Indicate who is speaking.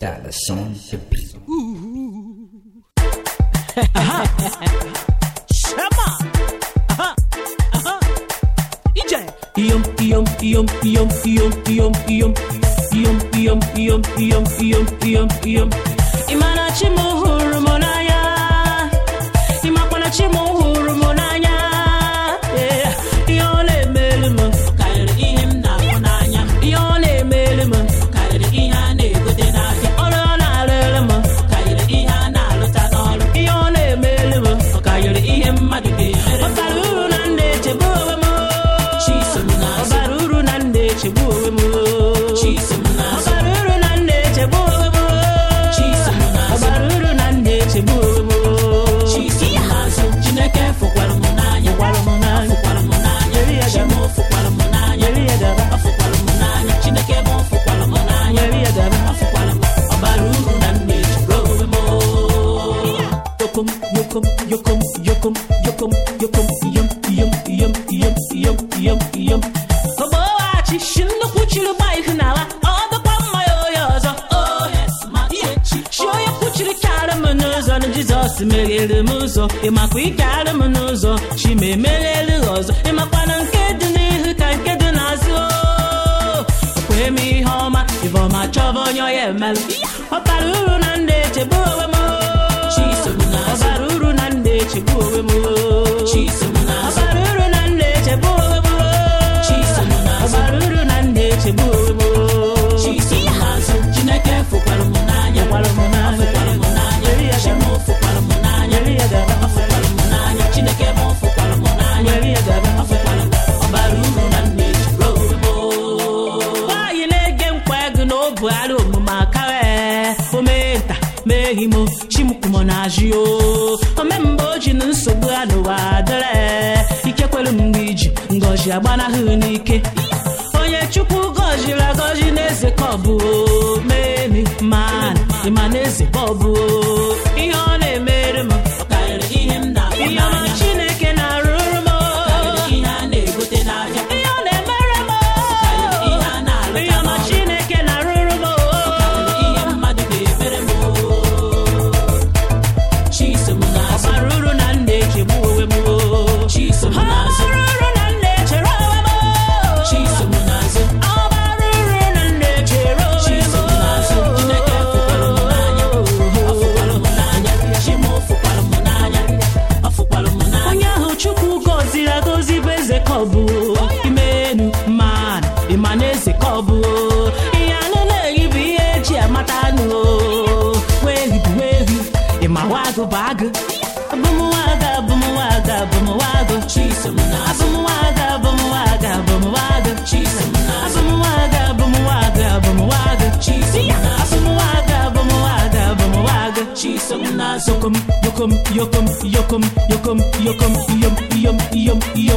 Speaker 1: Instalação de pico.
Speaker 2: Chama! Aham, aham. DJ! Iam, iam, iam, iam, iam, iam, iam. Iam, iam, iam, iam, iam, iam, iam. Imana chimuhuru monaya. Imakwana chimuhuru monanya. Yeah. Iyon emeli m, karịrị ihe m na-ahụ n'anya. Iyon emeli m, karịrị ihe a na-egote n'ahịa. Ọrụ ọ na-arịrị m, karịrị ihe a na-alụta n'ọrụ. Ihe ọ na-emeli m, karịrị ihe mmadụ ga-emere m. Ọ bara uru na m na-echegbu onwe m. Ọ bara uru na m na-echegbu onwe m. Ọ bara uru na m na-echegbu onwe m. Ọ bara uru na m na-echegbu onwe m. Chineke fụkwara m n'anya. Fụkwara m n'anya. Chi m fụkwara m n'anya. Ọ fụkwara m n'anya. Chineke m fụkwara m n'anya. Ọ fụkwara m. Ọ bara uru na m na-echegbu onwe m. Yokom, yokom, yokom, yokom, yokom, yokom, iyom, iyom, iyom, iyom, iyom, iyom, iyom. Ogbowachi, shi nnukwu chiri gba ihu n'ala, ọ dịkwa mma ya onye ọzọ. Oh, yes, ma echi. Chi onye kwuchiri kara m n'ụzọ na Jizọs meghere m ụzọ ịmakwa ikara m n'ụzọ chi ma emerere gị ọzọ ịmakwa na nke dị n'ihu ka nke dị n'azụ o. kwee m ihe ọma ifeọma chọba onye ọya emelụ ọ bara uru na ndị echegbu onwe m ọ bara uru na ndị echegbu onwe m ọ bara uru na ndị echegbu onwe m ọ bara uru na ndị echegbu onwe m chineke fụkwara m n'anya fụkwara m n'anya chi m fụkwara m n'anya ọ fụkwara m n'anya chineke m fụkwara m n'anya ọ fụkwara m ọ bara uru na m na-echegbu onwe m nwaanyị na-ege nkwa ego na ọ bụgharị omume akara omenta meghị m chimkwumọ na-ajụ o omemgbe o ji na nsogbu anụwa dịrị ike kwere m mgbe iji ngọzi agbanahụ n'ike onye chukwu gọziri agọzi n'eze ka ọ bụ o. meni man ịma n'eze ka ọ bụ o. ihe ọ na-emere m ihe ọma chineke na-arụrụ m o. ihe ọ na-emere m o. ihe ọma chineke na-arụrụ m o. Ọbara uru na m na-echegbu onwe m o. Ọbara uru na m na-echere onwe m o. Ọbara uru na m na-echere onwe m o. Onye ahụ Chukwu gọziri agọzi bụ eze ka ọ bụ o. Imenu man ịma na eze ka ọ bụ o. Ihe anụ na-eyi bụ ihe eji amata anụ o. Wehi bụ wehi ịma wagụ bụ agụ. Abụmwaga abụmwaga abụmwaga. Abụmwaga abụmwaga abụmwaga. Abụmwaga abụmwaga abụmwaga. Abụmwaga abụmwaga abụmwaga. Yokom, yokom, yokom, yokom, yokom, yokom, iyom, iyom, iyom, iyom,